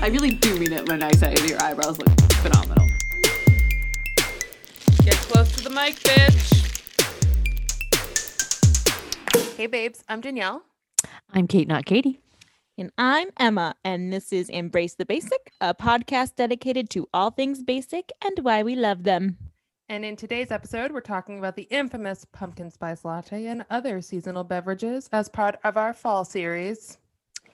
I really do mean it when I say your eyebrows look phenomenal. Get close to the mic, bitch. Hey, babes, I'm Danielle. I'm Kate, not Katie. And I'm Emma, and this is Embrace the Basic, a podcast dedicated to all things basic and why we love them. And in today's episode, we're talking about the infamous pumpkin spice latte and other seasonal beverages as part of our fall series.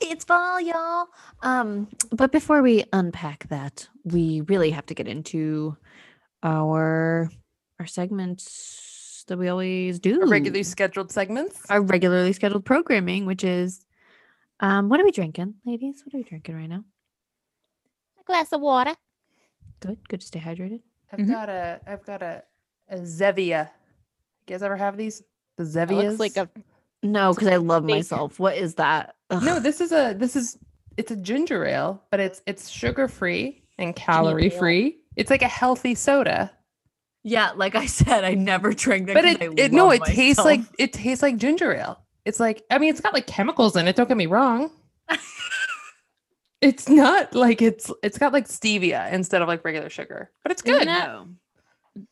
It's fall, y'all. Um, but before we unpack that, we really have to get into our our segments that we always do. Our Hmm. regularly scheduled segments. our regularly scheduled programming, which is um, what are we drinking, ladies? What are we drinking right now? A glass of water. Good, good to stay hydrated. I've Mhm. got a I've got a, a Zevia. You guys ever have these? The That Zevias. looks like a No, because I love Fake. myself. What is that? No, Ugh. this is a this is it's a ginger ale, but it's it's sugar free and calorie free. It's like a healthy soda. Yeah, like I said, I never drank that. But 'cause it, I it no, love it tastes like myself. it tastes like ginger ale. It's like I mean, it's got like chemicals in it. Don't get me wrong. it's not like it's it's got like stevia instead of like regular sugar, but it's Isn't good. that-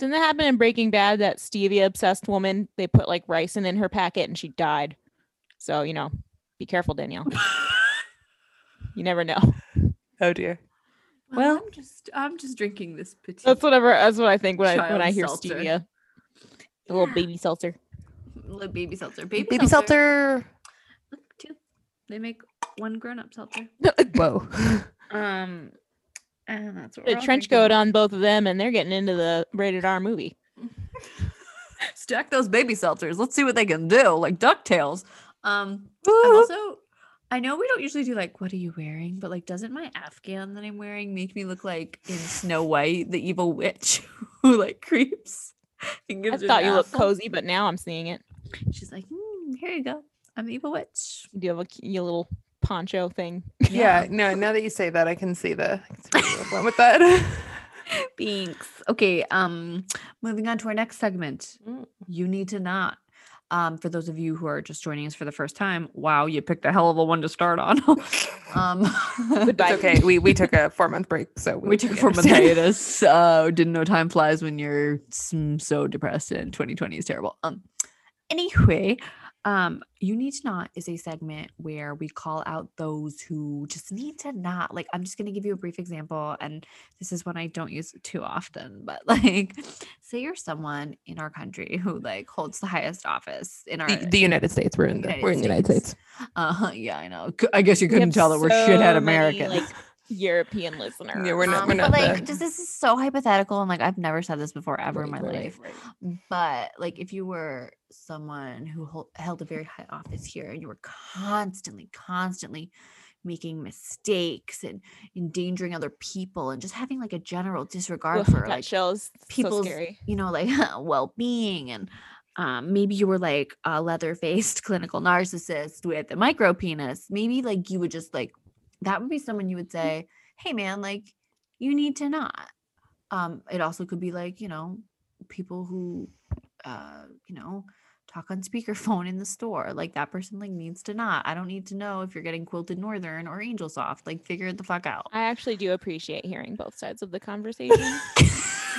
didn't that happen in Breaking Bad? That stevia obsessed woman they put like ricin in her packet and she died. So you know, be careful, Danielle. you never know. oh dear. Well, I'm just I'm just drinking this petite. That's whatever. That's what I think when I when Child I hear seltzer. stevia. A little Yeah. baby seltzer. Little baby seltzer. Baby Baby, Baby seltzer. Look, Two. They make one grown-up seltzer. Whoa. Um, and that's what Put we're a all trench coat drinking. on both of them, and they're getting into the rated R movie. stack those baby seltzers. Let's see what they can do, like Ducktales. Um, I'm Woo. also, I know we don't usually do like, what are you wearing? But like, doesn't my Afghan that I'm wearing make me look like in Snow White, the evil witch who like creeps and I gives her thought an you looked apple? cozy, but now I'm seeing it. She's like, "Mm, here you go. I'm the evil witch. You have a c- your little poncho thing. Yeah. No. Now that you say that, I can see the I can see where you went with that. Thanks. Okay. Um, moving on to our next segment. Mm. You need to not. Um, for those of you who are just joining us for the first time, wow, you picked a hell of a one to start on. um, Goodbye. It's okay. We we took a four month break, so we took it from a understand. hiatus. Uh, didn't know time flies when you're s- mm, so depressed and 2020 is terrible. Um, anyway, um, you need to not is a segment where we call out those who just need to not. Like, I'm just gonna give you a brief example, and this is one I don't use too often, but like, say you're someone in our country who like holds the highest office in our. The, the United States. We're in the, United we're in the United States. States. uh huh. Yeah, I know. C- I guess you We couldn't have tell that we're so shithead many, American. like European listeners. Yeah, we're not- Um, we're but not like, the- just this is so hypothetical, and like, I've never said this before ever in my Right, right, life. right. But like, if you were someone who hol- held a very high office here, and you were constantly, constantly making mistakes and endangering other people, and just having like a general disregard Ugh, for got like chills. It's people's- so scary. you know, like well-being and um, maybe you were like a leather-faced clinical narcissist with a micro penis. Maybe like you would just like that would be someone you would say, "Hey, man, like you need to not." Um, it also could be like you know people who, uh, you know, talk on speakerphone in the store. Like that person like needs to not. I don't need to know if you're getting quilted northern or angel soft. Like figure the fuck out. I actually do appreciate hearing both sides of the conversation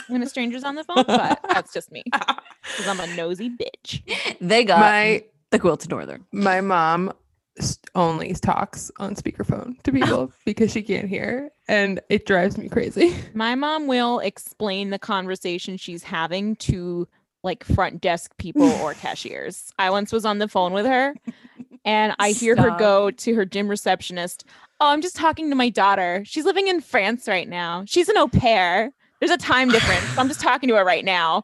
when a stranger's on the phone, but that's just me because I'm a nosy bitch. they got My the quilted northern. my mom s- only talks on speakerphone to people because she can't hear, and it drives me crazy. My mom will explain the conversation she's having to like front desk people or cashiers. I once was on the phone with her and I hear her Stop. go to her gym receptionist. Oh, I'm just talking to my daughter. She's living in France right now. She's an au pair. There's a time difference. so I'm just talking to her right now.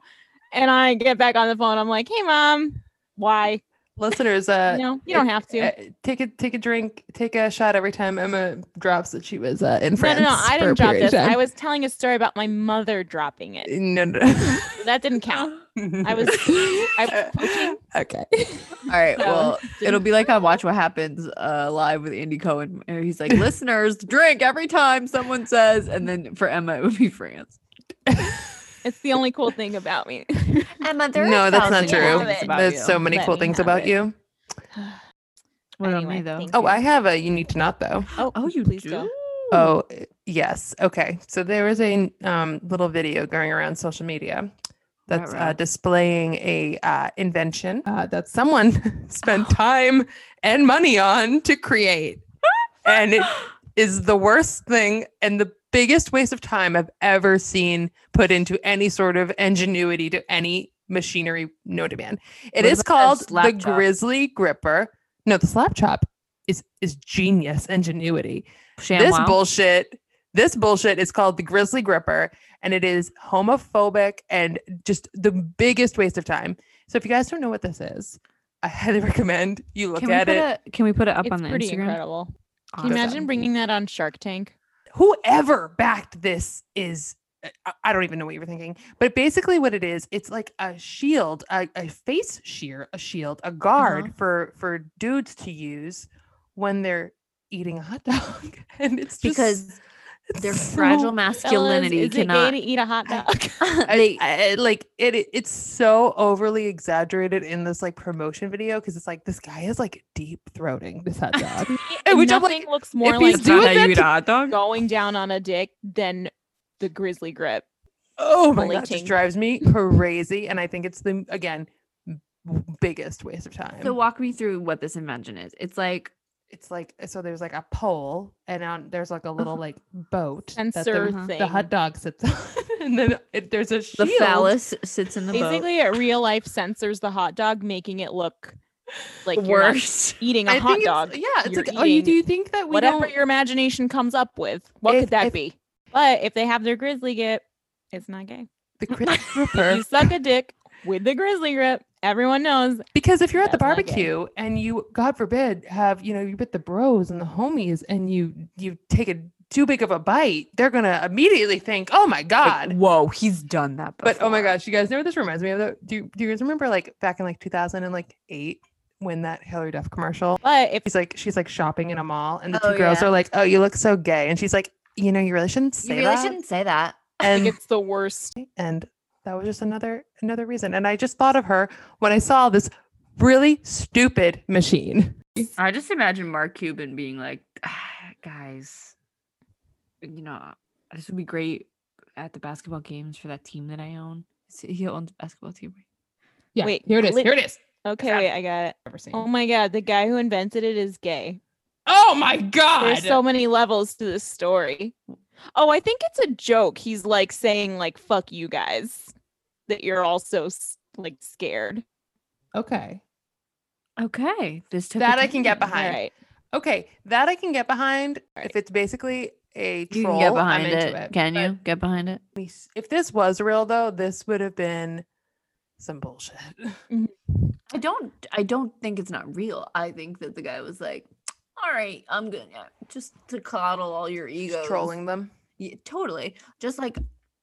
And I get back on the phone. I'm like, hey, mom, why? Listeners, uh, You know, you don't it- have to. uh, take a take a drink, take a shot every time Emma drops that she was uh, in No, France. no, no. I for a didn't drop period of this. I time. was telling a story about my mother dropping it. No, no. no. That didn't count. I was- I was poking. okay. All right. So, well, it'll didn't- be like on Watch What Happens uh, live with Andy Cohen. where He's like, listeners, drink every time someone says, and then for Emma, it would be France. It's the only cool thing about me. Emma, there No, that's not thousand true. habits about There's so many Let cool me things have about it. you. What about Anyway, me, though? thank Oh, you. I have a you need to not though. Oh, Oh, you please do? go. Oh, yes. Okay. So there was a um, little video going around social media that's uh, Ruh-roh. displaying a uh, invention uh, that someone spent time and money on to create, and it is the worst thing and the biggest waste of time I've ever seen put into any sort of ingenuity to any machinery known to man. It What is about that called the slap chop? Grizzly Gripper. No, the slap chop is is genius ingenuity Sham this wow. bullshit this bullshit is called the grizzly gripper and it is homophobic and just the biggest waste of time so if you guys don't know what this is i highly recommend you look Can we, at put it a, can we put it up it's on the pretty Instagram? incredible. Can Awesome. you imagine bringing that on Shark Tank? whoever backed this is I- I don't even know what you were thinking, but basically, what it is, it's like a shield, a, a face shear, a shield, a Uh-huh. guard for for dudes to use when they're eating a hot dog, and it's just, because it's their so- fragile Fellas, masculinity is cannot. it gay to eat a hot I- dog? I- they, I- like it it- it's so overly exaggerated in this like promotion video because it's like this guy is like deep throating this hot dog. And we Nothing don't, like, looks more if he's like doing that that to- hot dog? going down on a dick than the grizzly grip. oh my god, it just Blatant. drives me crazy. And I think it's the again m- biggest waste of time. so walk me through what this invention is. It's like it's like so there's like a pole and on there's like a little like boat Uh-huh. that Sensor the, thing. the hot dog sits on, and then it, there's a the shield. phallus sits in the boat. Basically, it real life censors the hot dog, making it look like you're not Worse. eating a I hot think dog. it's, yeah, it's You're like oh, you eating do you think that we Whatever don't your imagination comes up with, what If- could that if- be? But if they have their grizzly grip, it's not gay. the Chris Ripper You suck a dick with the grizzly grip. Everyone knows Because if you're at the That's not gay. barbecue and you, God forbid, have you know you with the bros and the homies and you you take a too big of a bite, they're gonna immediately think, oh my Like, god. whoa, he's done that. Before. but oh my gosh, you guys know what this reminds me of? though? Do do you guys remember like back in like 2008 when that Hillary Duff commercial? But if He's like she's like shopping in a mall and the two Oh, girls yeah. are like, oh you look so gay, and she's like, you know you really shouldn't You say really that. shouldn't say that. And it's the worst, and that was just another another reason. And I just thought of her when I saw this really stupid machine. I just imagine Mark Cuban being like, "Ah, guys, you know, this would be great at the basketball games for that team that I own. So He owns a basketball team. right? Yeah, Wait, here it is. lit- Here it is. okay, wait, I got it. Ever seen. Oh my god, the guy who invented it is gay. Oh my god! There's so many levels to this story. Oh, I think it's a joke. He's like saying like "fuck you guys," that you're also s- like scared. okay, Okay, this took a that I can get turn. All behind. right, Okay, that I can get behind Alright. if it's basically a You troll. can get behind I'm it. into it. Can But you get behind it? we s- If this was real, though, this would have been some bullshit. I don't. I don't think it's not real. I think that the guy was like, "All right, I'm gonna just to coddle all your egos." Just trolling them. Yeah, totally. Just like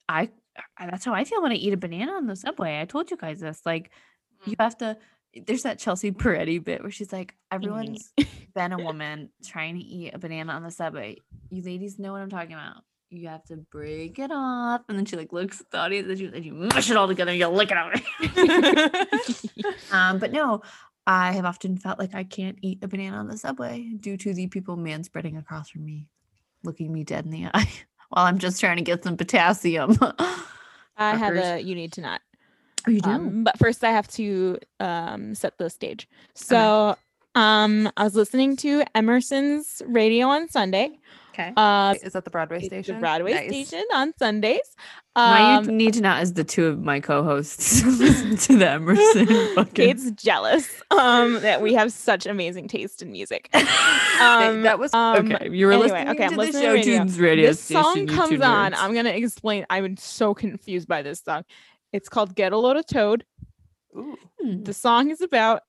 I, I- that's how I feel when I eat a banana on the subway. I told you guys this. Like, you Mm. have to. There's that Chelsea Peretti bit where she's like, "Everyone's been a woman trying to eat a banana on the subway. You ladies know what I'm talking about. You have to break it off." And then she like looks at the audience and she and you mush it all together and you lick it out. um, but no. I have often felt like I can't eat a banana on the subway due to the people manspreading across from me, looking me dead in the eye while I'm just trying to get some potassium. oh, I have Fuckers. a. You need to not. you Um, but first, I have to um, set the stage. So, um, I was listening to Emerson's radio on Sunday. okay. Uh, Is that the Broadway it's the station? Broadway Nice. station on Sundays. now you Um, need to know as the two of my co-hosts listen to the Emerson. fucking- Kate's jealous um, that we have such amazing taste in music. They- Um, that was um, okay, you were anyway, listening okay, I'm to the listening show to radio. tunes radio this station. song you two comes on. nerds. I'm gonna explain. I'm so confused by this song. It's called "Get a Load of Toad." ooh, Hmm. The song is about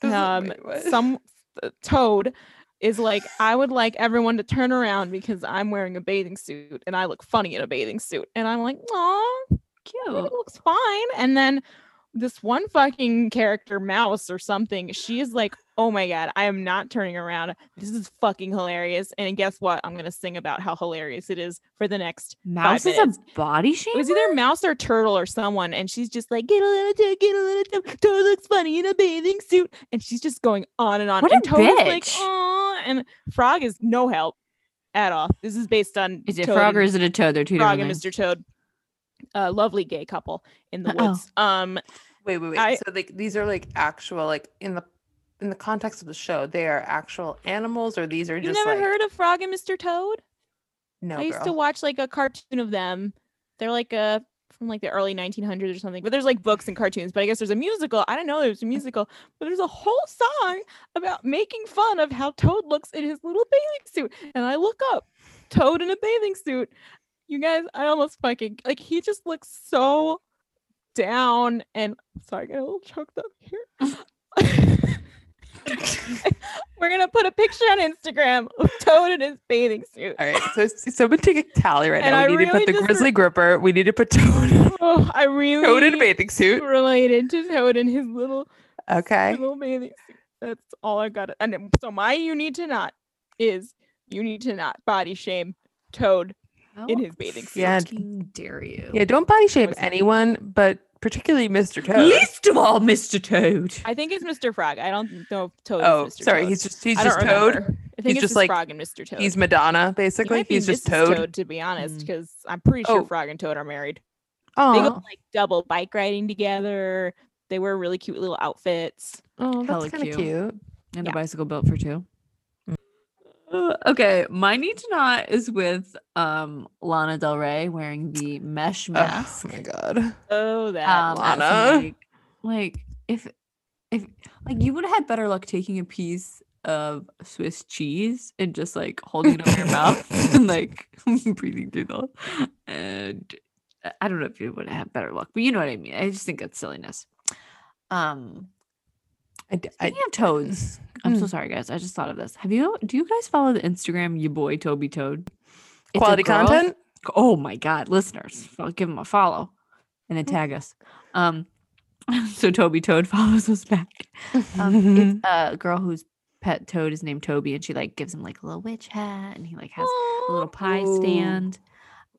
this is- um, wait, what? some uh, toad is like, I would like everyone to turn around because I'm wearing a bathing suit and I look funny in a bathing suit. And I'm like, aw, cute. it Oh. looks fine. And then this one fucking character, Mouse or something, she is like, oh my God, I am not turning around. This is fucking hilarious. And guess what? I'm going to sing about how hilarious it is for the next Mouse is a minutes. body shape. it was either mouse or turtle or someone, and she's just like, get a little toad, get a little toad. Toad looks funny in a bathing suit, and she's just going on and on. What a and Toad is like, bitch. oh, and Frog is no help at all. This is based on Is it Toad frog or and- is it a toad? They're two Frog and different. Mr. Toad. A lovely gay couple in the Oh. woods. Um Wait, wait, wait. I- so like these are like actual like in the in the context of the show, they are actual animals or these are you just never like heard of Frog and Mr. Toad? no I used to girl. watch like a cartoon of them. They're like a from like the early 1900s or something. But there's like books and cartoons. But I guess there's a musical. I don't know. There's a musical, but there's a whole song about making fun of how Toad looks in his little bathing suit. And I look up Toad in a bathing suit. You guys, I almost fucking like he just looks so down and sorry, I got a little choked up here. We're gonna put a picture on Instagram of Toad in his bathing suit. All right, so s- someone take a tally right And now. We I need to put really the just re- grizzly gripper. We need to put Toad, Oh, I really Toad in a bathing suit. related to Toad and his little Okay. little bathing suit. That's all I got. And it- so my you need to not is you need to not body shame Toad in his bathing suit. Yeah. Fucking Mm, dare you. Yeah, don't body shame Listen. anyone, but particularly Mr. Toad. Least of all, Mr. Toad. I think it's Mr. Frog. I don't know if Toad. is Oh, Mr. sorry. Toad. He's just he's I don't just Toad. remember. I He's think it's just just like- Frog and Mr. Toad. He's Madonna, He basically. might be He's just Mrs. Toad. to be honest, Mm. because I'm pretty sure Oh. Frog and Toad are married. They go Oh, like double bike riding together. They wear really cute little outfits. Hella Oh, that's kind cute. of cute. And Yeah. a bicycle built for two. Uh, okay, my need to not is with um Lana Del Rey wearing the mesh Oh mask. my god. Oh, that um, at lot. some, Lana. Like, like if if like you would have had better luck taking a piece of Swiss cheese and just like holding it over your mouth and like breathing through the and I- I don't know if you would have better luck, but you know what I mean. I just think that's silliness. Um I, d- I- Speaking of toads, I'm so Mm. sorry, guys. I just thought of this. Have you? Do you guys follow the Instagram? You boy Toby Toad. It's a quality girl- content. Oh my God, listeners, I'll give them a follow, and then tag us. Um, so Toby Toad follows us back. Um, it's a girl whose pet toad is named Toby, and she like gives him like a little witch hat, and he like has a little pie Ooh. stand.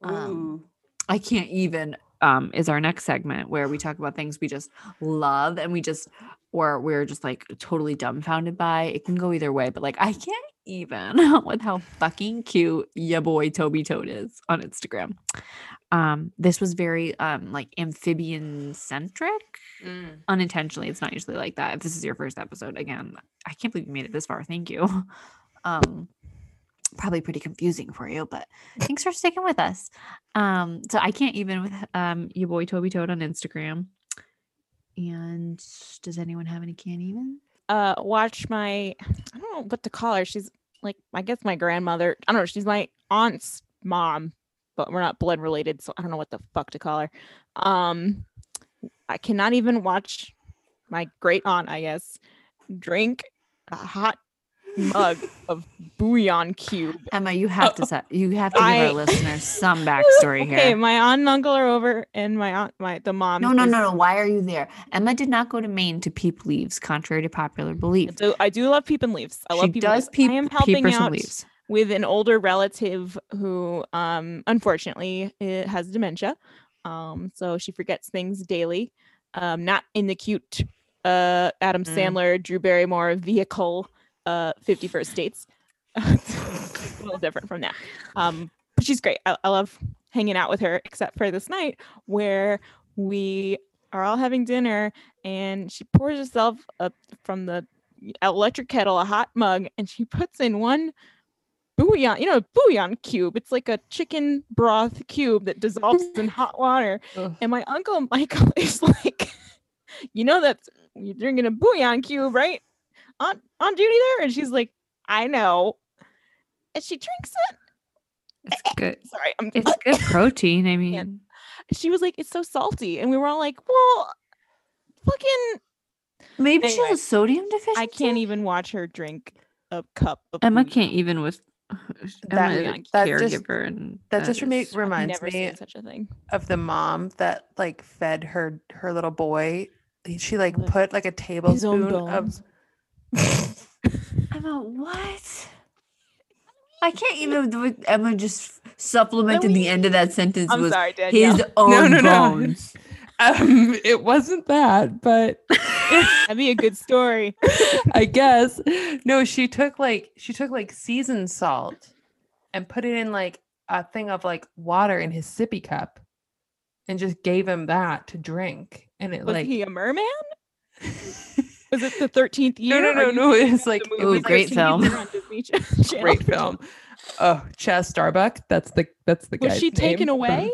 Um, Ooh. I can't even um is our next segment where we talk about things we just love and we just or we're just like totally dumbfounded by. It can go either way, but like I can't even with how fucking cute your boy Toby Toad is on Instagram. Um this was very um like amphibian centric mm. unintentionally. It's not usually like that. If this is your first episode again, I can't believe you made it this far. Thank you. Um probably pretty confusing for you, but thanks for sticking with us. Um, so I can't even with um your boy Toby Toad on Instagram. And does anyone have any can't even? uh watch my I don't know what to call her. She's like I guess my grandmother. I don't know, she's my aunt's mom, but we're not blood related, so I don't know what the fuck to call her. Um I cannot even watch my great aunt, I guess, drink a hot mug of bouillon cube. Emma, you have to set you have to give I- our listeners some backstory Okay, here. my aunt and uncle are over and my aunt my the mom No, no, is- no, no. Why are you there? Emma did not go to Maine to peep leaves, contrary to popular I belief. do, I do love peep and leaves. I She love peep. and does leaves. peep, I am peep helping her some out leaves. with an older relative who um unfortunately eh, has dementia um so she forgets things daily um not in the cute uh adam Mm. sandler drew barrymore vehicle uh 51st dates It's a little different from that um but she's great I, I love hanging out with her except for this night where we are all having dinner and she pours herself up from the electric kettle a hot mug and she puts in one bouillon, you know, bouillon cube. It's like a chicken broth cube that dissolves in hot water. Ugh. And my uncle Michael is like, you know, that's you're drinking a bouillon cube, right? Aunt Aunt Judy there? And she's like, I know. And she drinks it. It's good. Sorry, I'm It's good protein. I mean, she was like, it's so salty. And we were all like, well, fucking maybe she Anyway, has a sodium deficiency. I can't e-, even watch her drink a cup of Emma bouillon. can't even with That- Emma is a that caregiver, just- and That just remi- is- I've reminds never me seen such a thing. of the mom that like fed her her little boy. She like With put like a tablespoon of. Emma, what? I can't even. with- Emma just supplemented the end of that sentence I'm with sorry, Danielle. his own no, no. bones. Um, it wasn't that, but That'd be a good story. I guess no. She took like she took like seasoned salt and put it in like a thing of like water in his sippy cup and just gave him that to drink. And it Was like he a merman? Was it the 13th No, year? no, Are no, you no. thinking It's of the like it movie Ooh, was like great 13th film. year on Disney Channel? great film. Oh, Chaz Starbuck. That's the that's the guy. Was she taken away?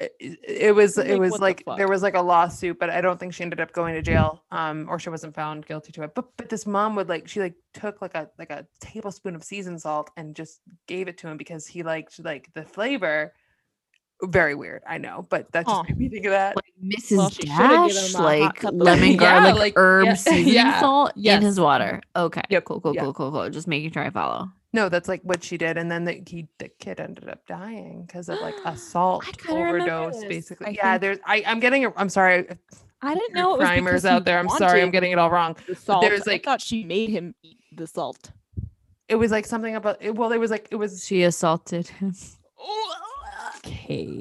It, it was I'm it like, was what the like fuck? there was like a lawsuit, but I don't think she ended up going to jail. Um, or she wasn't found guilty to it. But but this mom would like she like took like a like a tablespoon of seasoned salt and just gave it to him because he liked like the flavor. Very weird, I know, but that just Huh. made me think of that. Like Mrs. Well, she shoulda given Dash, him a hot like cup of- lemon Yeah, garlic like- herb yeah, seasoning yeah, salt yes. in his water. Okay. Yep, Cool, cool, yeah. cool, cool, cool. Just making sure I follow. No, that's like what she did, and then the, he the kid ended up dying because of like a salt kinda remember overdose, this, basically. I yeah, think. there's I I'm getting a- I'm sorry I didn't your know it was primers because he out there. I'm sorry, I'm wanted getting it all wrong. the salt. there's, I like- thought she made him eat the salt. It was like something about it, well, it was like it was She assaulted him. okay.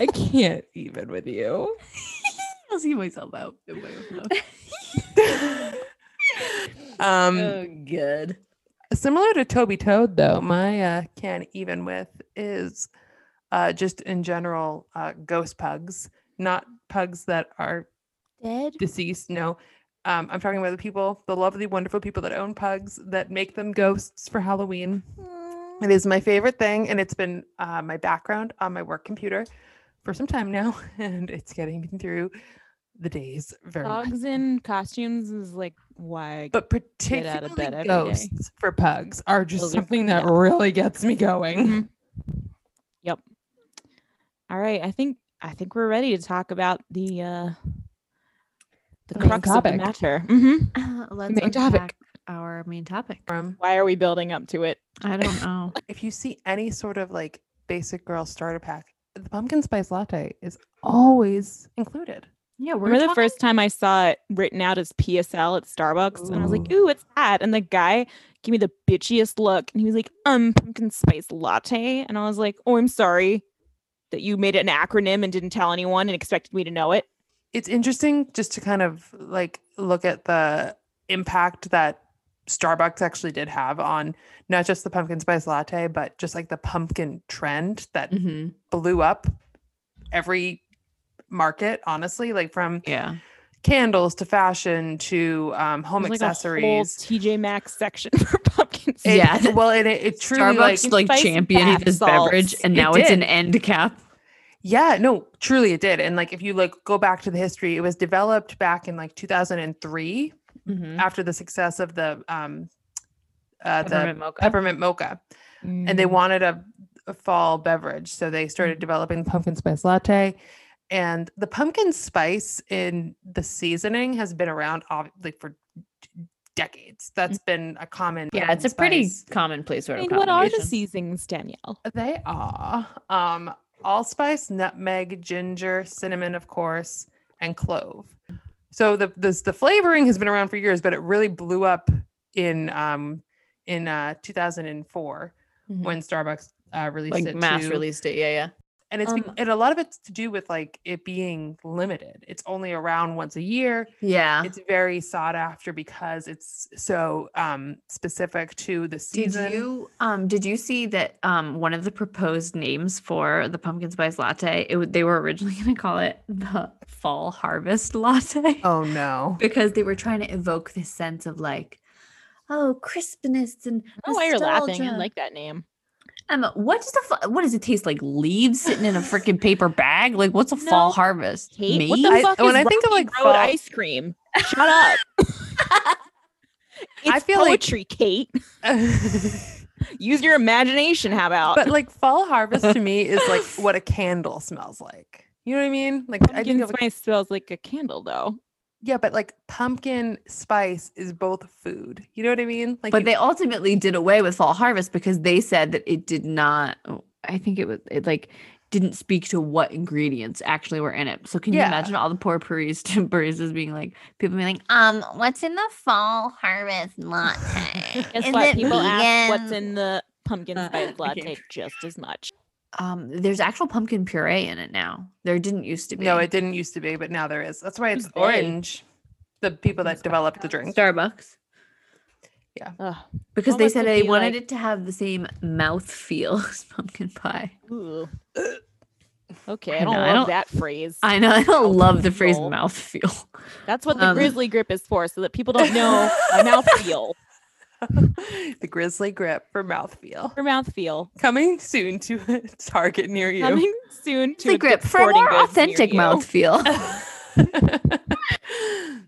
I can't even with you. I'll see myself out. um, Oh, Mm. good. similar to Toby Toad, though, my uh, can't even with is uh, just in general uh, ghost pugs, not pugs that are Dead. deceased. No, um, I'm talking about the people, the lovely, wonderful people that own pugs that make them ghosts for Halloween. It is my favorite thing, and it's been uh, my background on my work computer for some time now, and it's getting me through the days very much. Dogs in costumes is like why. I- But Get out of particularly bed every day. ghosts for pugs are just Those are- something that really gets me going. Mhm. Yep. All right. I think I think we're ready to talk about the uh the The main crux of the topic. matter. hmm Let's Main topic. unpack our main topic. From Why are we building up to it? I don't know. Um, if you see any sort of like basic girl starter pack, the pumpkin spice latte is always included. yeah, we're Remember the talking- first time I saw it written out as PSL at Starbucks, and I was like, Ooh. "Ooh, what's that?" And the guy gave me the bitchiest look, and he was like, "Um, pumpkin spice latte," and I was like, "Oh, I'm sorry that you made it an acronym and didn't tell anyone and expected me to know it." it's interesting just to kind of like look at the impact that Starbucks actually did have on not just the pumpkin spice latte, but just like the pumpkin trend that Mhm. blew up every market, honestly, like from Yeah. candles to fashion to um, home There's, like, a whole accessories. TJ Maxx section for pumpkin spice. It- Yeah. Well, and it, it truly like, Starbucks like, spice championed bath this salts. beverage and It now it's did. an end cap. Yeah, no, truly it did. And like if you like go back to the history, it was developed back in like 2003 Mm-hmm. after the success of the um uh the Peppermint mocha. peppermint mocha and they Mm. wanted a, a fall beverage so they started developing the pumpkin spice latte and the pumpkin spice in the seasoning has been around ob- like for d- decades that's been a common Mm. Yeah, pumpkin it's a pretty spice. commonplace sort I of mean, what are the combination. seasonings, Danielle? they are um allspice nutmeg ginger cinnamon of course and clove so the this the flavoring has been around for years but it really blew up in um in uh 2004 Mhm. when starbucks uh released like it mass to- released it. Yeah, yeah. and it's be- Um, and a lot of it's to do with like it being limited it's only around once a year Yeah. it's very sought after because it's so um specific to the Did season you um did you see that um one of the proposed names for the pumpkin spice latte it, w- they were originally going to call it the fall harvest latte oh no because they were trying to evoke this sense of like oh crispness and Oh, why you're laughing. I nostalgia. like that name. Emma, Um, what does the fa- what does it taste like? Leaves sitting in a freaking paper bag? Like what's a fall No. harvest? Kate, what the Maize? I- fuck when is I think of, Rocky like, Road fall- ice cream? Shut up. it's I feel like- poetry, Kate. Use your imagination. How about? but like fall harvest to me is like what a candle smells like. You know what I mean? Like I think Pumpkin of like, spice smells like a candle, though. yeah, but like pumpkin spice is both food. You know what I mean? Like but you- they ultimately did away with fall harvest because they said that it did not oh, i think it was it like didn't speak to what ingredients actually were in it so can Yeah. you imagine all the poor baristas, baristas being like people being like um what's in the fall harvest latte Guess Is what? it People ask what's vegan?" in the pumpkin Uh, spice I latte can't- just as much. um there's actual pumpkin puree in it now there didn't used to be no, it didn't used to be, but now there is. That's why it's Who's they? orange. The people that developed the drink. starbucks Ugh. because they Almost said would they be wanted like- it to have the same mouth feel as pumpkin pie. Ooh. Okay, I I don't know, I love don't- that phrase. I know I Oh, don't love the phrase feel. mouth feel. That's what the um, grizzly grip is for, so that people don't know my mouth feel the grizzly grip for mouthfeel. or mouth feel. Coming soon to a Target near you. Coming soon to The a grip Dick's for a Sporting more Goods near authentic you. mouth feel.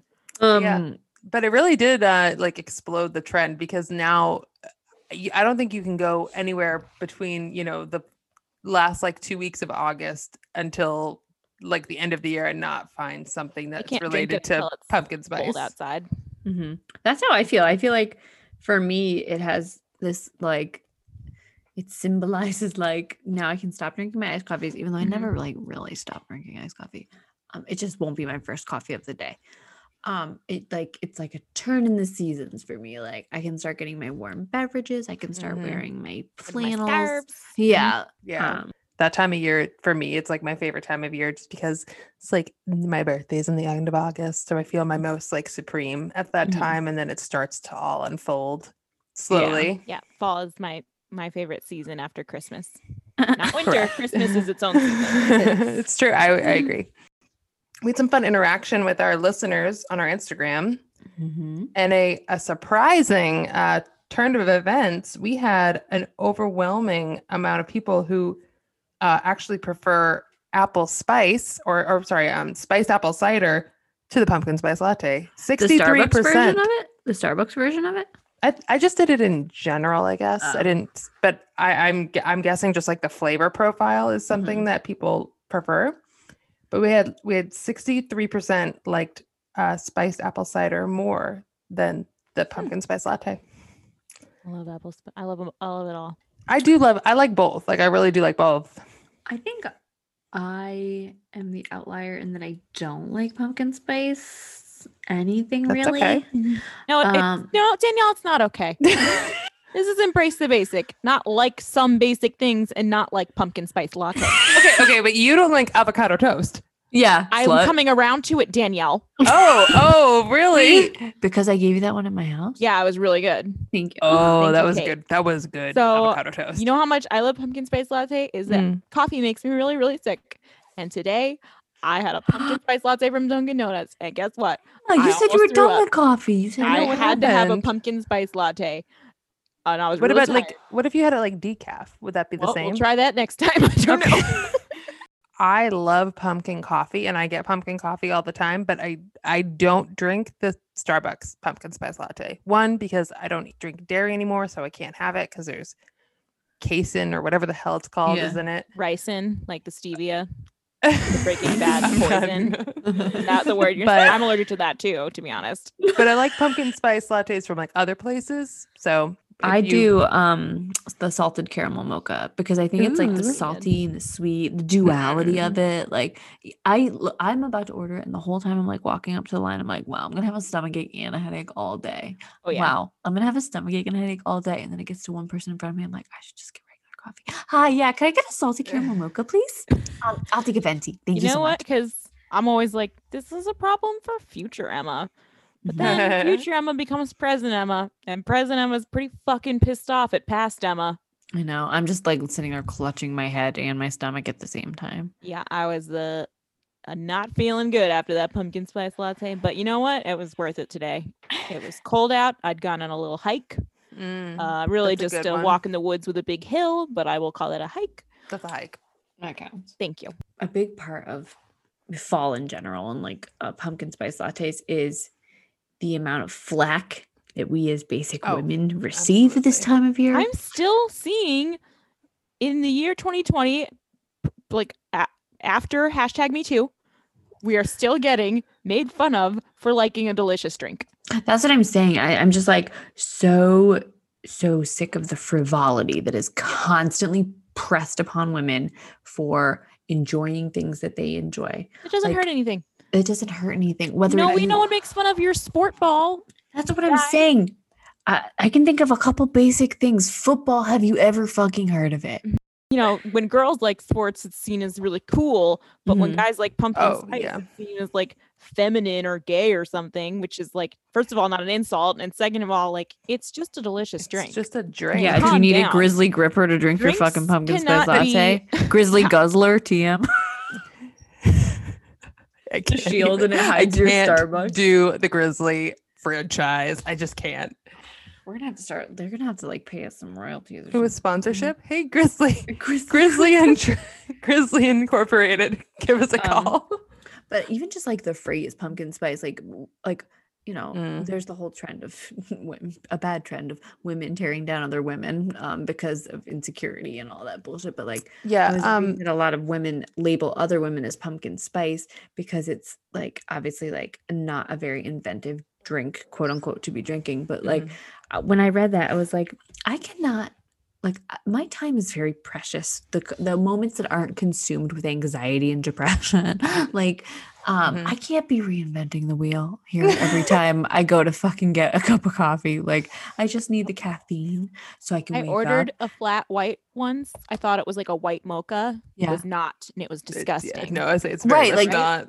Um, Yeah. but it really did uh, like explode the trend because now uh, you- I don't think you can go anywhere between you know the last like two weeks of August until like the end of the year and not find something that's can't drink related it to until it's pumpkin spice. Cold outside. hmm That's how I feel. I feel like for me, it has this like it symbolizes like now I can stop drinking my iced coffees, even though I Mhm. Mm-hmm. never like really stopped drinking iced coffee. Um, it just won't be my first coffee of the day. Um, it like it's like a turn in the seasons for me. Like I can start getting my warm beverages. I can start Mhm. wearing my Mm-hmm. With my flannels. scarves. Yeah. Yeah, Um, that time of year for me, it's like my favorite time of year just because it's like my birthday's in the end of August, so I feel Mm. my most like supreme at that Mhm. Mm-hmm. time, and then it starts to all unfold slowly. Yeah, fall is my my favorite season after Christmas. Not winter. Correct. Christmas is its own season. it's true. I, I agree. We had some fun interaction with our listeners on our Instagram Mm-hmm. mhm. and a, a surprising uh, turn of events. We had an overwhelming amount of people who uh, actually prefer apple spice or, or sorry, um, spiced apple cider to the pumpkin spice latte. The Starbucks version 63%. of it. The Starbucks version of it. I, I just did it in general, I guess. Oh. I didn't, but I, I'm gu- I'm guessing just like the flavor profile Mm-hmm. is something that people prefer. But we had we had 63% liked uh, spiced apple cider more than the Hmm. pumpkin spice latte. I love apples. but I love 'em- I love it all. I do love I like both. Like I really do like both. I think I am the outlier in that I don't like pumpkin spice anything That's really. okay. No, it, Um, no, Danielle, it's not okay. This is embrace the basic, not like some basic things and not like pumpkin spice latte. okay, okay, but you don't like avocado toast. yeah, I'm coming around to it, Danielle. Oh, oh, really? because I gave you that one at my house. Yeah, it was really good. thank you. Oh, Thank that you, was Kate. good. That was good. So, avocado toast. You know how much I love pumpkin spice latte is that Mm. coffee makes me really, really sick. And today I had a pumpkin spice latte from Dunkin' Donuts. And guess what? Oh, I you said almost you were threw done up. with coffee. You said I no had one to have a happened? pumpkin spice latte. And I was what really about tired. like what if you had it like decaf? Would that be the Well, same? We'll try that next time. I don't Okay. know. I love pumpkin coffee and I get pumpkin coffee all the time, but I I don't drink the Starbucks pumpkin spice latte. One because I don't drink dairy anymore, so I can't have it cuz there's casein or whatever the hell it's called Yeah. is in it. Ricin, like the stevia. Breaking Bad I'm poison. Not the word you're But- I'm allergic to that too, to be honest. but I like pumpkin spice lattes from like other places. So if I you- do um the salted caramel mocha because I think it's like Ooh. the salty and the sweet, the duality of it. Like I l- I'm about to order it and the whole time I'm like walking up to the line, I'm like, wow, I'm gonna have a stomachache and a headache all day. Oh yeah. Wow, I'm gonna have a stomachache and a headache all day. And then it gets to one person in front of me, I'm like, I should just get regular coffee. Hi, yeah, can I get a salted caramel mocha, please? Um, I'll take a venti. Thank you, you know so what? much. Because I'm always like, this is a problem for future Emma. But Mhm. then future Emma becomes present Emma, and present Emma's pretty fucking pissed off at past Emma. I know. I'm just like sitting there clutching my head and my stomach at the same time. Yeah, I was the uh, not feeling good after that pumpkin spice latte, but you know what? It was worth it today. It was cold out. I'd gone on a little hike. Mm, Uh, really, that's a just good a one. walk in the woods with a big hill, but I will call it a hike. that's a hike. That counts. Thank you. a big part of fall in general and like uh, pumpkin spice lattes is the amount of flack that we as basic Oh, women receive at this absolutely. time of year. I'm still seeing in the year 2020, p- like a- after hashtag me too, we are still getting made fun of for liking a delicious drink. That's what I'm saying. I, I'm just like so, so sick of the frivolity that is constantly pressed upon women for enjoying things that they enjoy. It doesn't Like, hurt anything. It doesn't hurt anything. Whether No, we you- no one makes fun of your sport ball. That's what I'm Right. saying. I, I can think of a couple basic things. Football, have you ever fucking heard of it? you know, when girls like sports, it's seen as really cool, but when Mhm. guys like pumping Oh, spice, yeah. it's seen as like feminine or gay or something, which is like, first of all, not an insult, and second of all, like it's just a delicious drink. It's just a drink. Yeah, if you Calm need a down. grizzly gripper to drink your fucking Drinks pumpkin spice cannot be- latte, grizzly guzzler TM. I The can't shield even- and it I hides your can't Starbucks. Do the Grizzly franchise? I just can't. We're gonna have to start. They're gonna have to like pay us some royalties. It was sponsorship. Hey, Grizzly, grizzly. Grizzly and Grizzly Incorporated, give us a Um, call. but even just like the phrase pumpkin spice like w- like you know Mm. there's the whole trend of women, a bad trend of women tearing down other women um because of insecurity and all that bullshit but like Yeah. there's a Um. reason a lot of women label other women as pumpkin spice because it's like obviously like not a very inventive drink quote unquote to be drinking but like uh, when I read that, I was like, I cannot. Like uh, my time is very precious. The c- the moments that aren't consumed with anxiety and depression, like um, Mm-hmm. Mhm. I can't be reinventing the wheel here every time I go to fucking get a cup of coffee. Like I just need the caffeine so I can. I wake ordered Up. a flat white once. I thought it was like a white mocha. It Yeah, was not, and it was It- yeah, disgusting. no, I say it's very Right, much like- not.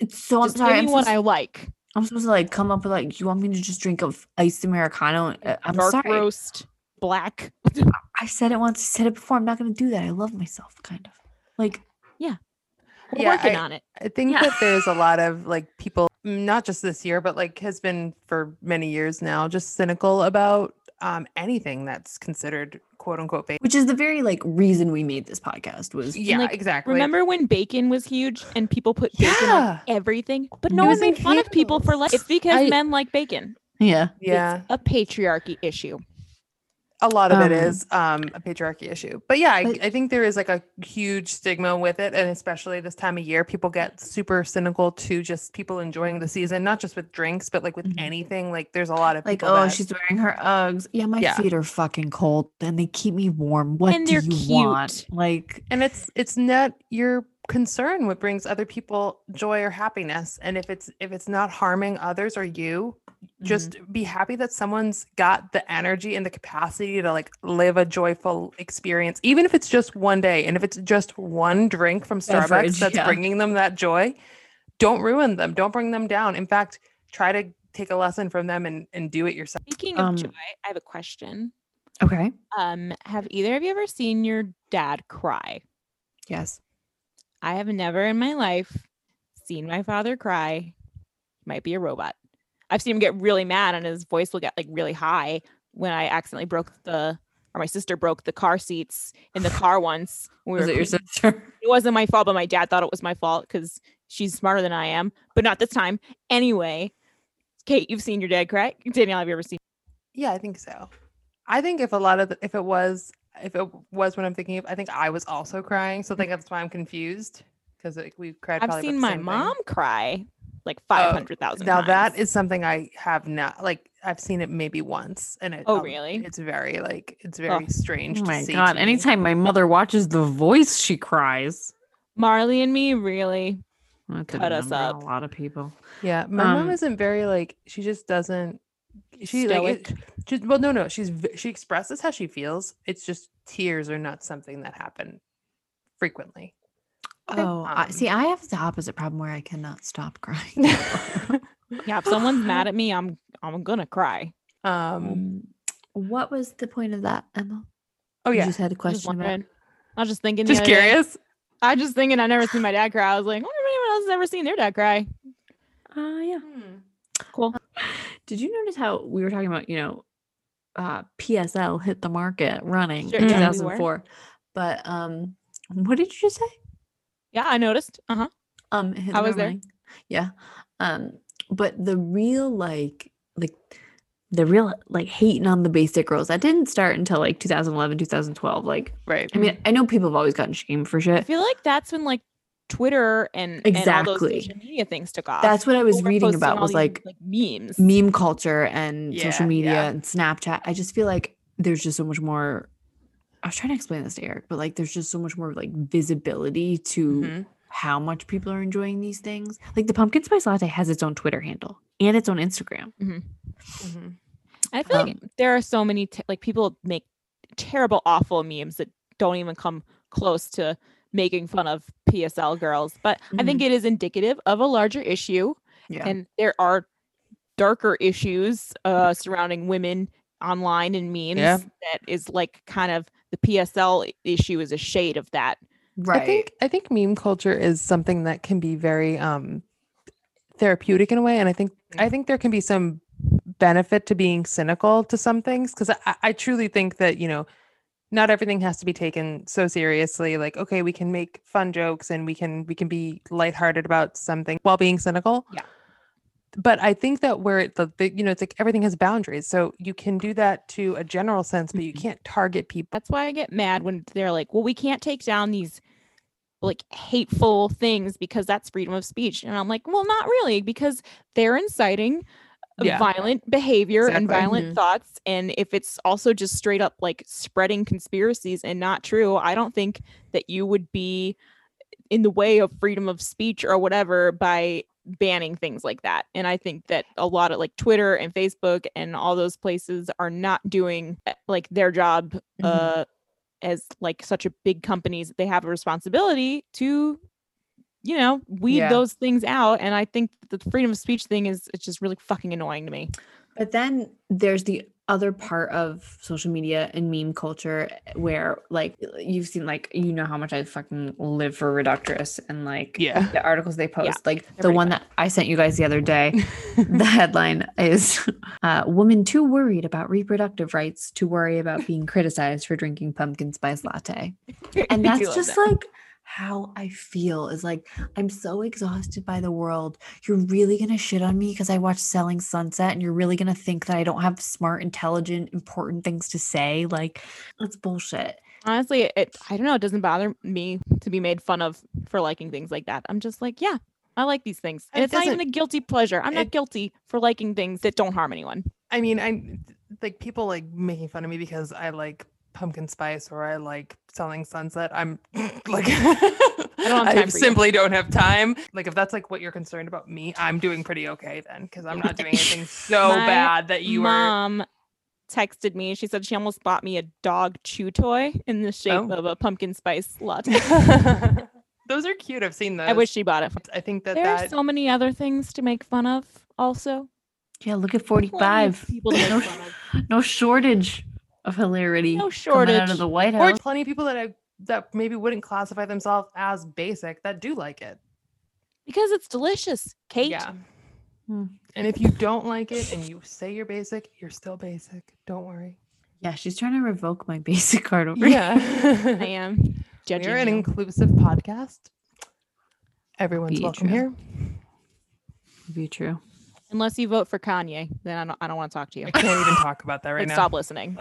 it's so. Just I'm sorry. give I'm me what supposed, I like. I'm supposed to like come up with like. You want me to just drink a f- iced americano? Uh, I'm Dark sorry. roast, black. I said it once. I said it before. I'm not going to do that. I love myself, kind of. Like We're Yeah, working I- on it. I think Yeah. that there's a lot of like people, mm, not just this year, but like has been for many years now, just cynical about um, anything that's considered quote unquote fake. which is the very like reason we made this podcast was Yeah, like, exactly. Remember when bacon was huge and people put bacon on Yeah. everything? But It no one was made fun of people for like it's because I- men like bacon. yeah Yeah. A patriarchy issue. a lot of Um, it is um, a patriarchy issue but yeah I, but- I think there is like a huge stigma with it and especially this time of year people get super cynical to just people enjoying the season not just with drinks but like with Mhm. anything like there's a lot of like people oh that- she's wearing her uggs yeah my Yeah. feet are fucking cold and they keep me warm what And do you they're want like and it's it's not your concern what brings other people joy or happiness and if it's if it's not harming others or you just Mm-hmm. be happy that someone's got the energy and the capacity to like live a joyful experience even if it's just one day and if it's just one drink from starbucks Beverage, that's yeah. bringing them that joy don't ruin them don't bring them down in fact try to take a lesson from them and and do it yourself Speaking of Um, joy, I have a question. okay Um, have either of you ever seen your dad cry? yes I have never in my life seen my father cry. Might be a robot. I've seen him get really mad and his voice will get like really high when I accidentally broke the or my sister broke the car seats in the car once. when we was were it your cleaning. sister it wasn't my fault, but my dad thought it was my fault because she's smarter than I am, but not this time. Anyway, Kate, you've seen your dad cry. Danielle, have you ever seen? Yeah, I think so. I think if a lot of the, if it was if it was what I'm thinking of, I think I was also crying. So I think that's why I'm confused because like we cried. I've probably about seen the my same thing. mom cry like 500,000 Now times. that is something I have not like I've seen it maybe once, and it Oh, um, really? It's very like it's very strange. oh to my see god to me. anytime my mother watches the voice she cries Marley and me, really? That's a Cut us number on up. a lot of people Yeah, my um, mom isn't very like she just doesn't. She like it- she, well no no she's v- she expresses how she feels. It's just tears are not something that happen frequently. oh I, Um, see i have the opposite problem where i cannot stop crying Yeah, if someone's mad at me, I'm I'm gonna cry. um. Mm. um what was the point of that emma Oh you yeah. just had a I was just question about wondering. I was just thinking. the Just other day- curious. I was just thinking. I never seen my dad cry. I was like, I wonder if anyone else has ever seen their dad cry. oh yeah Cool. Did you notice how we were talking about, you know, uh, PSL hit the market running Sure, in yeah, we were. 2004. But um, what did you just say? Yeah, I noticed. Uh huh. Um, it hit I the was there. running. Yeah. Um, but the real like, like the real like hating on the basic girls that didn't start until like 2011, 2012. Like, Right. I mean, I know people have always gotten shamed for I shit. feel like that's when like Twitter and and all those Exactly. social media things took off. That's what I was Uh, People were reading posting about all was these, like memes. meme culture and social Yeah, media yeah. and Snapchat. I just feel like there's just so much more. I was trying to explain this to Eric, but like there's just so much more like visibility to Mm-hmm, how much people are enjoying these things. Like the pumpkin spice latte has its own Twitter handle and its own Instagram. mm-hmm. I Um, feel like there are so many t- like people make terrible, awful memes that don't even come close to making fun of PSL girls, but I think Mm-hmm. it is indicative of a larger issue. Yeah. And there are darker issues uh, surrounding women online and memes Yeah. that is like kind of the PSL issue is a shade of that. Right. I think I think meme culture is something that can be very um therapeutic in a way, and I think I think there can be some benefit to being cynical to some things because I, I truly think that you know not everything has to be taken so seriously. Like okay, we can make fun jokes and we can we can be lighthearted about something while being cynical. Yeah. But I think that where it, the, the you know it's like everything has boundaries, so you can do that to a general sense, but you Mhm. can't target people. That's why I get mad when they're like, well, we can't take down these like hateful things because that's freedom of speech. And I'm like, well, not really, because they're inciting Yeah. violent behavior and Exactly. violent thoughts. And if it's also just straight up like spreading conspiracies and not true, I don't think that you would be in the way of freedom of speech or whatever by banning things like that. And I think that a lot of like Twitter and Facebook and all those places are not doing eh, like their job Mm-hmm. uh as like such a big companies they have a responsibility to you know weed Yeah. those things out and i think the freedom of speech thing is it's just really fucking annoying to me But then there's the other part of social media and meme culture eh, where like you've seen like you know how much I fucking live for Reductress and like Yeah. the articles they post. Like the pretty one that I sent you guys the other day, the headline is uh, Woman Too Worried About Reproductive Rights to Worry About Being Criticized for Drinking Pumpkin Spice Latte. And I do that's love just that. like how I feel is like, I'm so exhausted by the world. You're really going to shit on me because I watched Selling Sunset and you're really going to think that I don't have smart, intelligent, important things to say. Like, that's bullshit. honestly it i don't know it doesn't bother me to be made fun of for liking things like that i'm just like yeah i like these things and It it's not even a guilty pleasure i'm not it- guilty for liking things that don't harm anyone I mean, I'm like people like making fun of me because I like pumpkin spice or I like selling sunset. I'm like, I, don't have time for you. simply don't have time. Like, if that's like what you're concerned about me, I'm doing pretty okay then because I'm not doing anything so My bad that you were. mom texted me she said she almost bought me a dog chew toy in the shape Oh. of a pumpkin spice latte those are cute. I've seen those. i wish she bought it for I think that There are that. so many other things to make fun of. Also, Yeah, look at Plenty of 45. people to No make sh- fun of. No shortage of hilarity. No coming out shortage. of the White or House. plenty of people that I that maybe wouldn't classify themselves as basic that do like it. because it's delicious, Kate. Yeah. Hmm. And if you don't like it and you say you're basic, you're still basic. Don't worry. Yeah, she's trying to revoke my basic card over. here. I Yeah. am judging. We're an you. inclusive podcast. Everyone's Be welcome true. here. Be true. Unless you vote for Kanye, then I don't. I don't want to talk to you. I can't even talk about that right Like, now. stop listening.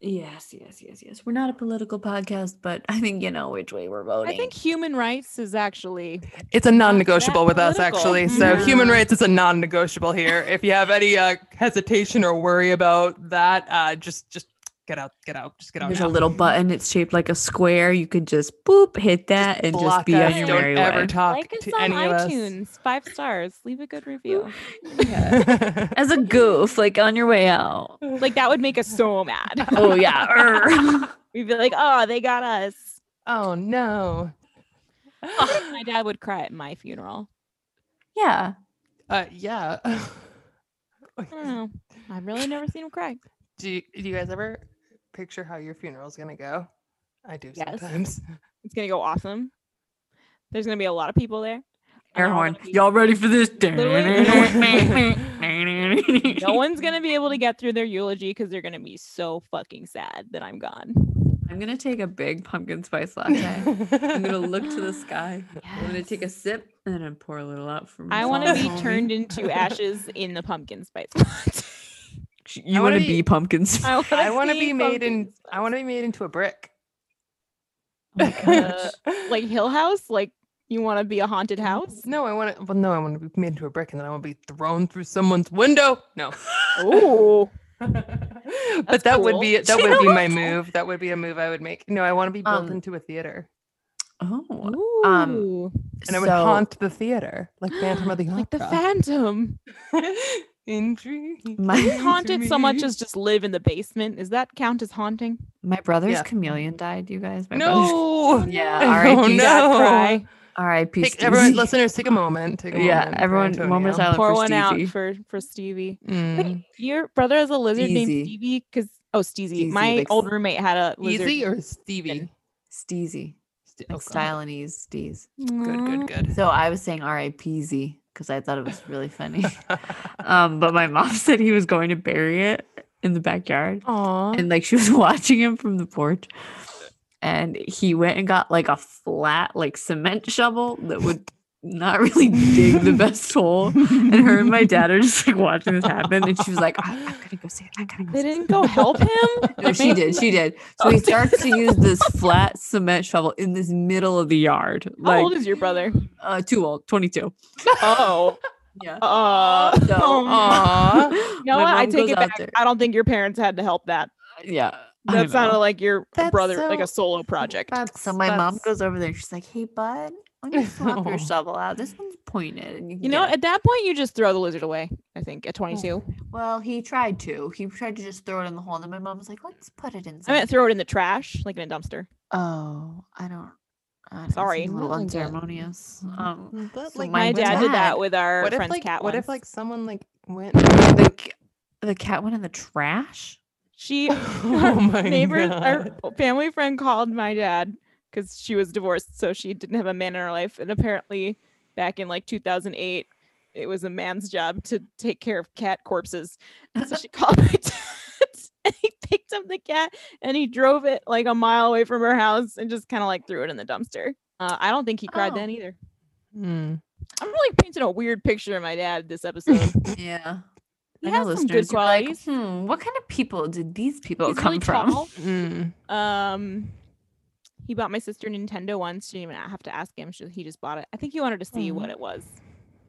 Yes, yes, yes, yes. We're not a political podcast, but I think you know which way we're voting. I think human rights is actually It's a non-negotiable with us, political. actually. So Mhm. human rights is a non-negotiable here. If you have any uh, hesitation or worry about that, uh, just just get out, get out, just get out. there's a now. little button. It's shaped like a square. You could just boop, hit that, and just Block be us. on your Don't merry ever way. talk like us to on any of us. iTunes. Five stars. Leave a good review. As a goof, like on your way out. like that would make us so mad. Oh yeah. err. We'd be like, oh, they got us. oh no. My dad would cry at my funeral. yeah. Uh, yeah. I don't know. I've really never seen him cry. do you, do you guys ever picture how your funeral's gonna go? I do Yes. sometimes. It's gonna go awesome. There's gonna be a lot of people there. and Air they're all horn. gonna be- Y'all ready for this? Literally- No no one's gonna be able to get through their eulogy because they're gonna be so fucking sad that I'm gone. I'm gonna take a big pumpkin spice latte. I'm gonna look to the sky. I'm gonna take a sip and then pour a little out for I myself. want to be Homie. turned into ashes in the pumpkin spice. latte. You wanna want to be- be, pumpkin spice? wanna I want to see be made in. pumpkin I want to be made into a brick. Oh my gosh. spice. like Hill House. Like you want to be a haunted house? No, I want to. Well, no, I want to be made into a brick, and then I want to be thrown through someone's window. No, Oh, but that would cool. be that would be my move. That would be a move I would make. No, I want to be built Um, into a theater, Oh, Um, um, and I would so- haunt the theater like Phantom of the Opera. like the Phantom. Intriguing. My- haunted so much as just live in the basement. Is that count as haunting? My brother's Yeah. chameleon died, you guys. My brother's- no. Yeah. Oh, R.I.P. no. Cry. R.I.P. Take, everyone, Steezy. listeners, take a moment. Take a Yeah, moment for everyone, one more Antonio. silent Pour for one out Steezy. for for Stevie. Mm. Wait, your brother has a lizard Steezy. named Stevie? Because oh, Steezy. Steezy, My like old s- roommate had a lizard. Easy or Stevie? Steezy. Ste- Like oh, God. style and ease, Steez. Good, good, good. So I was saying R.I.P.Z. because I thought it was really funny. um, but my mom said he was going to bury it in the backyard. Aw. And like she was watching him from the porch. And he went and got like a flat, like cement shovel that would not really dig the best hole. And her and my dad are just like watching this happen. And she was like, I, I gotta go see it. I gotta go They didn't go help him. No, she did. She did. So he starts to use this flat cement shovel in this middle of the yard. How old Like, is your brother? uh, too old, 22. Oh, Yeah. uh, So- oh, Aw. You know My what? I mom take goes it out back. there. I don't think your parents had to help that. Yeah. I That don't know. sounded like your That's brother, like a so- solo project. That's- So my mom that's- goes over there. She's like, "Hey, bud, why don't you swap Oh. your shovel out? This one's pointed." And you, can You know, get it." at that point, you just throw the lizard away. I think at Oh. 22, well, he tried to. He tried to just throw it in the hole, and then my mom was like, "Let's put it in." I meant throw it in the trash, like in a dumpster. oh, I don't. I don't it Sorry. seemed a little Not like that. unceremonious. Um, But So like My My, dad, did dad- that with our What if friend's like cat. what if once. like someone like went? the c- the cat went in the trash. she oh my neighbor, God. our family friend called my dad because she was divorced, so she didn't have a man in her life. And apparently, back in like 2008, it was a man's job to take care of cat corpses. And so she called my dad, and he picked up the cat and he drove it like a mile away from her house and just kind of like threw it in the dumpster. Uh, I don't think he cried Oh. then either. Hmm. I'm really painting a weird picture of my dad this episode. Yeah. He I know has some good listeners, you're like, qualities. hmm, what kind of people did these people He's come really from? tall. Hmm. Um, he bought my sister a Nintendo once. She didn't even have to ask him. She, he just bought it. I think he wanted to see what it was.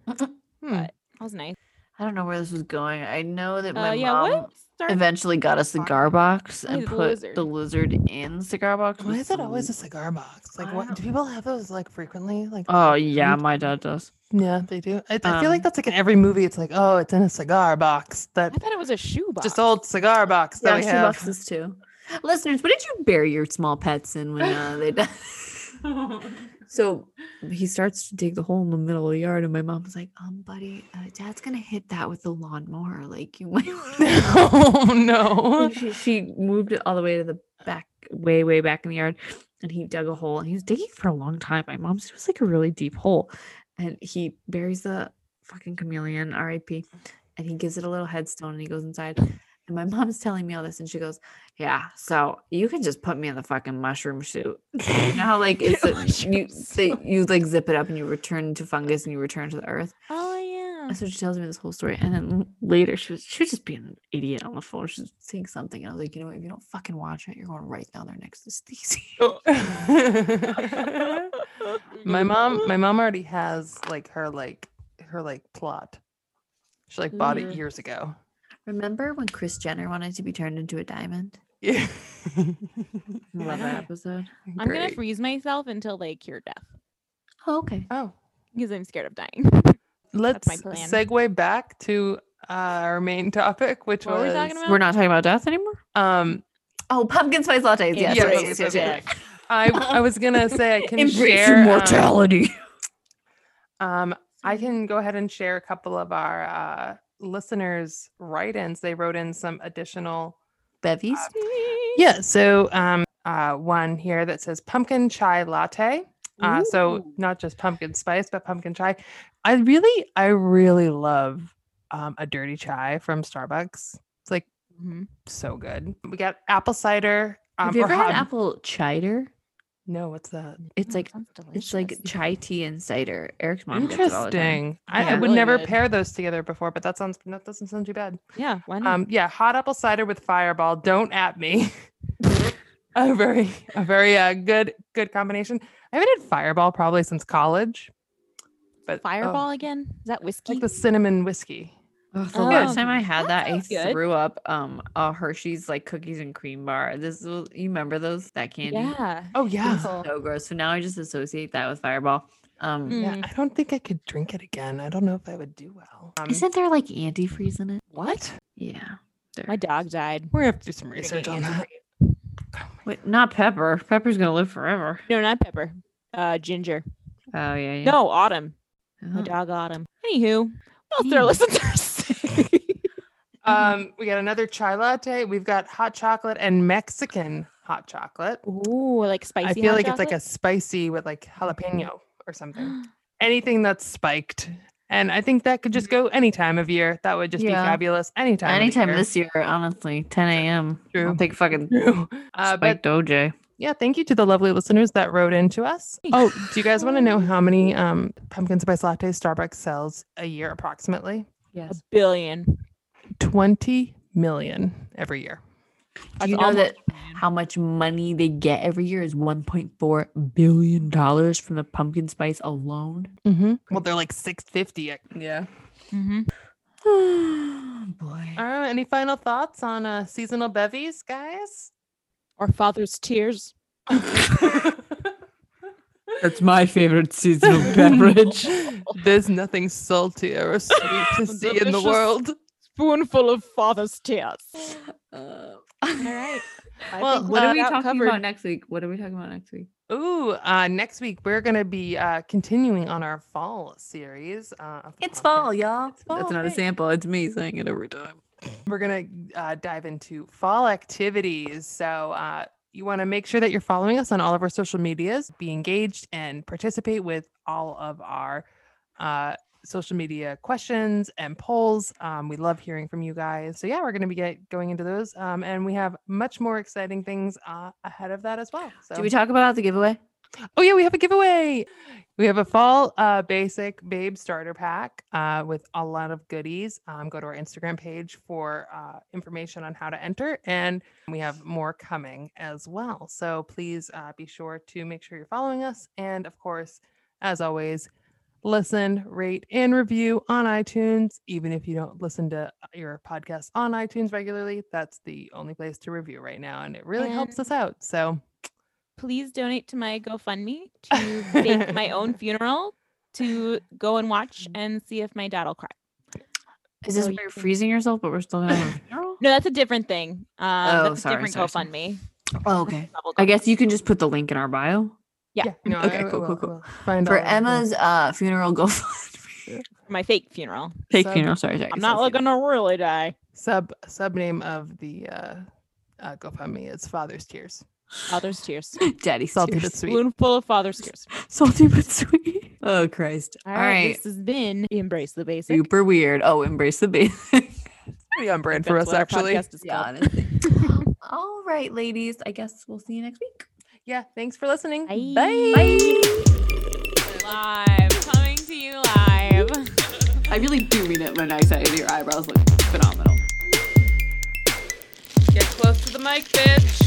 Hmm. That was nice. I don't know where this was going. I know that my Uh, yeah, mom what? Start- eventually got a cigar box Wait, and the put lizard. the lizard in the cigar box. Why with is it the always a li- cigar box? Like, I what don't- do people have those like frequently? Like, Oh yeah, Mm. my dad does. yeah, they do. I, I feel Um, like that's like in every movie. It's like, oh, it's in a cigar box. I That thought it was a shoe box. just old cigar box that we have. too. Listeners, what did you bury your small pets in when uh, they died? so he starts to dig the hole in the middle of the yard, and my mom was like, "Um, buddy, uh, dad's gonna hit that with the lawnmower. Like you might." wanna-" oh no. And she, she moved it all the way to the back, way, way back in the yard. And he dug a hole and he was digging for a long time. My mom said it was like a really deep hole. And he buries the fucking chameleon, RIP, and he gives it a little headstone and he goes inside. And my mom's telling me all this and she goes, Yeah, so you can just put me in the fucking mushroom suit. You know how like it's a, Mushroom you, they, you like zip it up and you return to fungus and you return to the earth. oh yeah. And so she tells me this whole story. And then l- later she was she was just being an idiot on the phone. She was saying something. And I was like, you know what? If you don't fucking watch it, you're going right down there next to Stacey. my mom, my mom already has like her like her like plot. She like bought it Mm. years ago. Remember when Chris Jenner wanted to be turned into a diamond? Yeah. I love that episode. I'm gonna Great. freeze myself until they cure death Oh, okay. Oh, because I'm scared of dying. let's my plan. segue back to uh, our main topic, which What were was we talking We're not talking about death anymore. um. Oh, pumpkin spice lattes. Yes, yes, yes, yes, yes, yes, yes. I I was gonna say I can share um, Um, I can go ahead and share a couple of our uh, listeners' write-ins. They wrote in some additional. Bevies. Yeah. So um, uh, one here that says pumpkin chai latte. Uh, so Ooh. not just pumpkin spice, but pumpkin chai. I really, I really love um, a dirty chai from Starbucks. It's like Mhm. so good. We got apple cider. Um, Have you or ever had hob- apple cider? No, what's that? It's Oh, like sounds it's like delicious. chai tea and cider. Eric's mom gets it all the time. Interesting. I, I Yeah, would really never good. pair those together before, but that sounds that doesn't sound too bad. yeah. Why not? Um, yeah, hot apple cider with fireball. Don't at me. a very, a very uh, good, good combination. I haven't had fireball probably since college. But oh, Fireball again? Is that whiskey? like the cinnamon whiskey. Ugh, the Oh, last time I had that, that I sounds good. threw up um a Hershey's like cookies and cream bar. This was, you remember those that candy? yeah. Oh yeah, So gross. So now I just associate that with Fireball. Um, Yeah, I don't think I could drink it again. I don't know if I would do well. Um, Isn't there like antifreeze in it? what? Yeah. My dog died. We're gonna have to do some research on that. Wait, not pepper. Pepper's gonna live forever. No, not pepper. Uh, ginger. Oh yeah. yeah. No, autumn. My Oh. dog autumn. Anywho, what else did our Mm. listeners say? Um, we got another chai latte. We've got hot chocolate and Mexican hot chocolate. Ooh, like spicy. I feel like it's like a spicy with like jalapeno or something. Anything that's spiked. And I think that could just go any time of year. That would just Yeah. be fabulous. Mm-hmm. Anytime. Anytime of this year, honestly, 10 a.m. I'll True. take fucking year. Uh, but spiked OJ. yeah, thank you to the lovely listeners that wrote in to us. Hey. Oh, do you guys want to know how many um, pumpkin spice lattes Starbucks sells a year approximately? Yes. billion. 20 million every year. Do you know almost that a billion. how much money they get every year is 1.4 billion dollars from the pumpkin spice alone? Mm-hmm. Well, they're like 650. at- Yeah. Mhm. Boy. Uh, All right. Any final thoughts on uh, seasonal bevies, guys? Or father's tears. That's my favorite seasonal beverage. There's nothing saltier or sweet to see in the Delicious. world. Spoonful of father's tears. All right. I Well, think Uh, What we are got we out talking covered. about next week? What are we talking about next week? Ooh, uh, next week we're gonna be uh, continuing on our fall series. Uh, of the podcast. y'all. It's fall, That's not a hey. sample. It's me saying it every time. We're gonna uh, dive into fall activities. So uh, you want to make sure that you're following us on all of our social medias, be engaged, and participate with all of our uh, social media questions and polls. Um, we love hearing from you guys. So yeah, we're gonna be get, going into those, um, and we have much more exciting things uh, ahead of that as well. So. Did we talk about the giveaway? Oh yeah, we have a giveaway. We have a fall uh, basic babe starter pack uh, with a lot of goodies. Um, go to our Instagram page for uh, information on how to enter, and we have more coming as well. So please uh, be sure to make sure you're following us, and of course, as always, listen, rate, and review on iTunes. Even if you don't listen to uh, your podcast on iTunes regularly, that's the only place to review right now, and it really helps us out. So. Please donate to my GoFundMe to fake my own funeral to go and watch and see if my dad will cry. Is this So where you you're can- freezing yourself, but we're still gonna have a funeral? No, that's a different thing. Um, Oh, that's sorry, a different sorry, sorry. GoFundMe. Oh, okay. Double I guess you can just put the link in our bio. Yeah. No, Okay, I- I cool, cool, will- cool. will find For all of them. Emma's uh funeral go GoFundMe. My fake funeral. Fake Sub- funeral, sorry, sorry. I'm not looking. gonna really die. sub sub name of the uh, uh, GoFundMe is Father's Tears. Father's tears. Daddy Salty tears. but sweet. Spoonful of father's tears. Salty but sweet. Oh Christ. All right. This has been Embrace the Basic. Super weird. Oh, embrace the basic. Pretty on brand That's for us, what our actually. podcast is called. honestly. All right, ladies. I guess we'll see you next week. Yeah. Thanks for listening. Bye. Bye. Live. Coming to you live. I really do mean it when I say your eyebrows look phenomenal. Get close to the mic, bitch.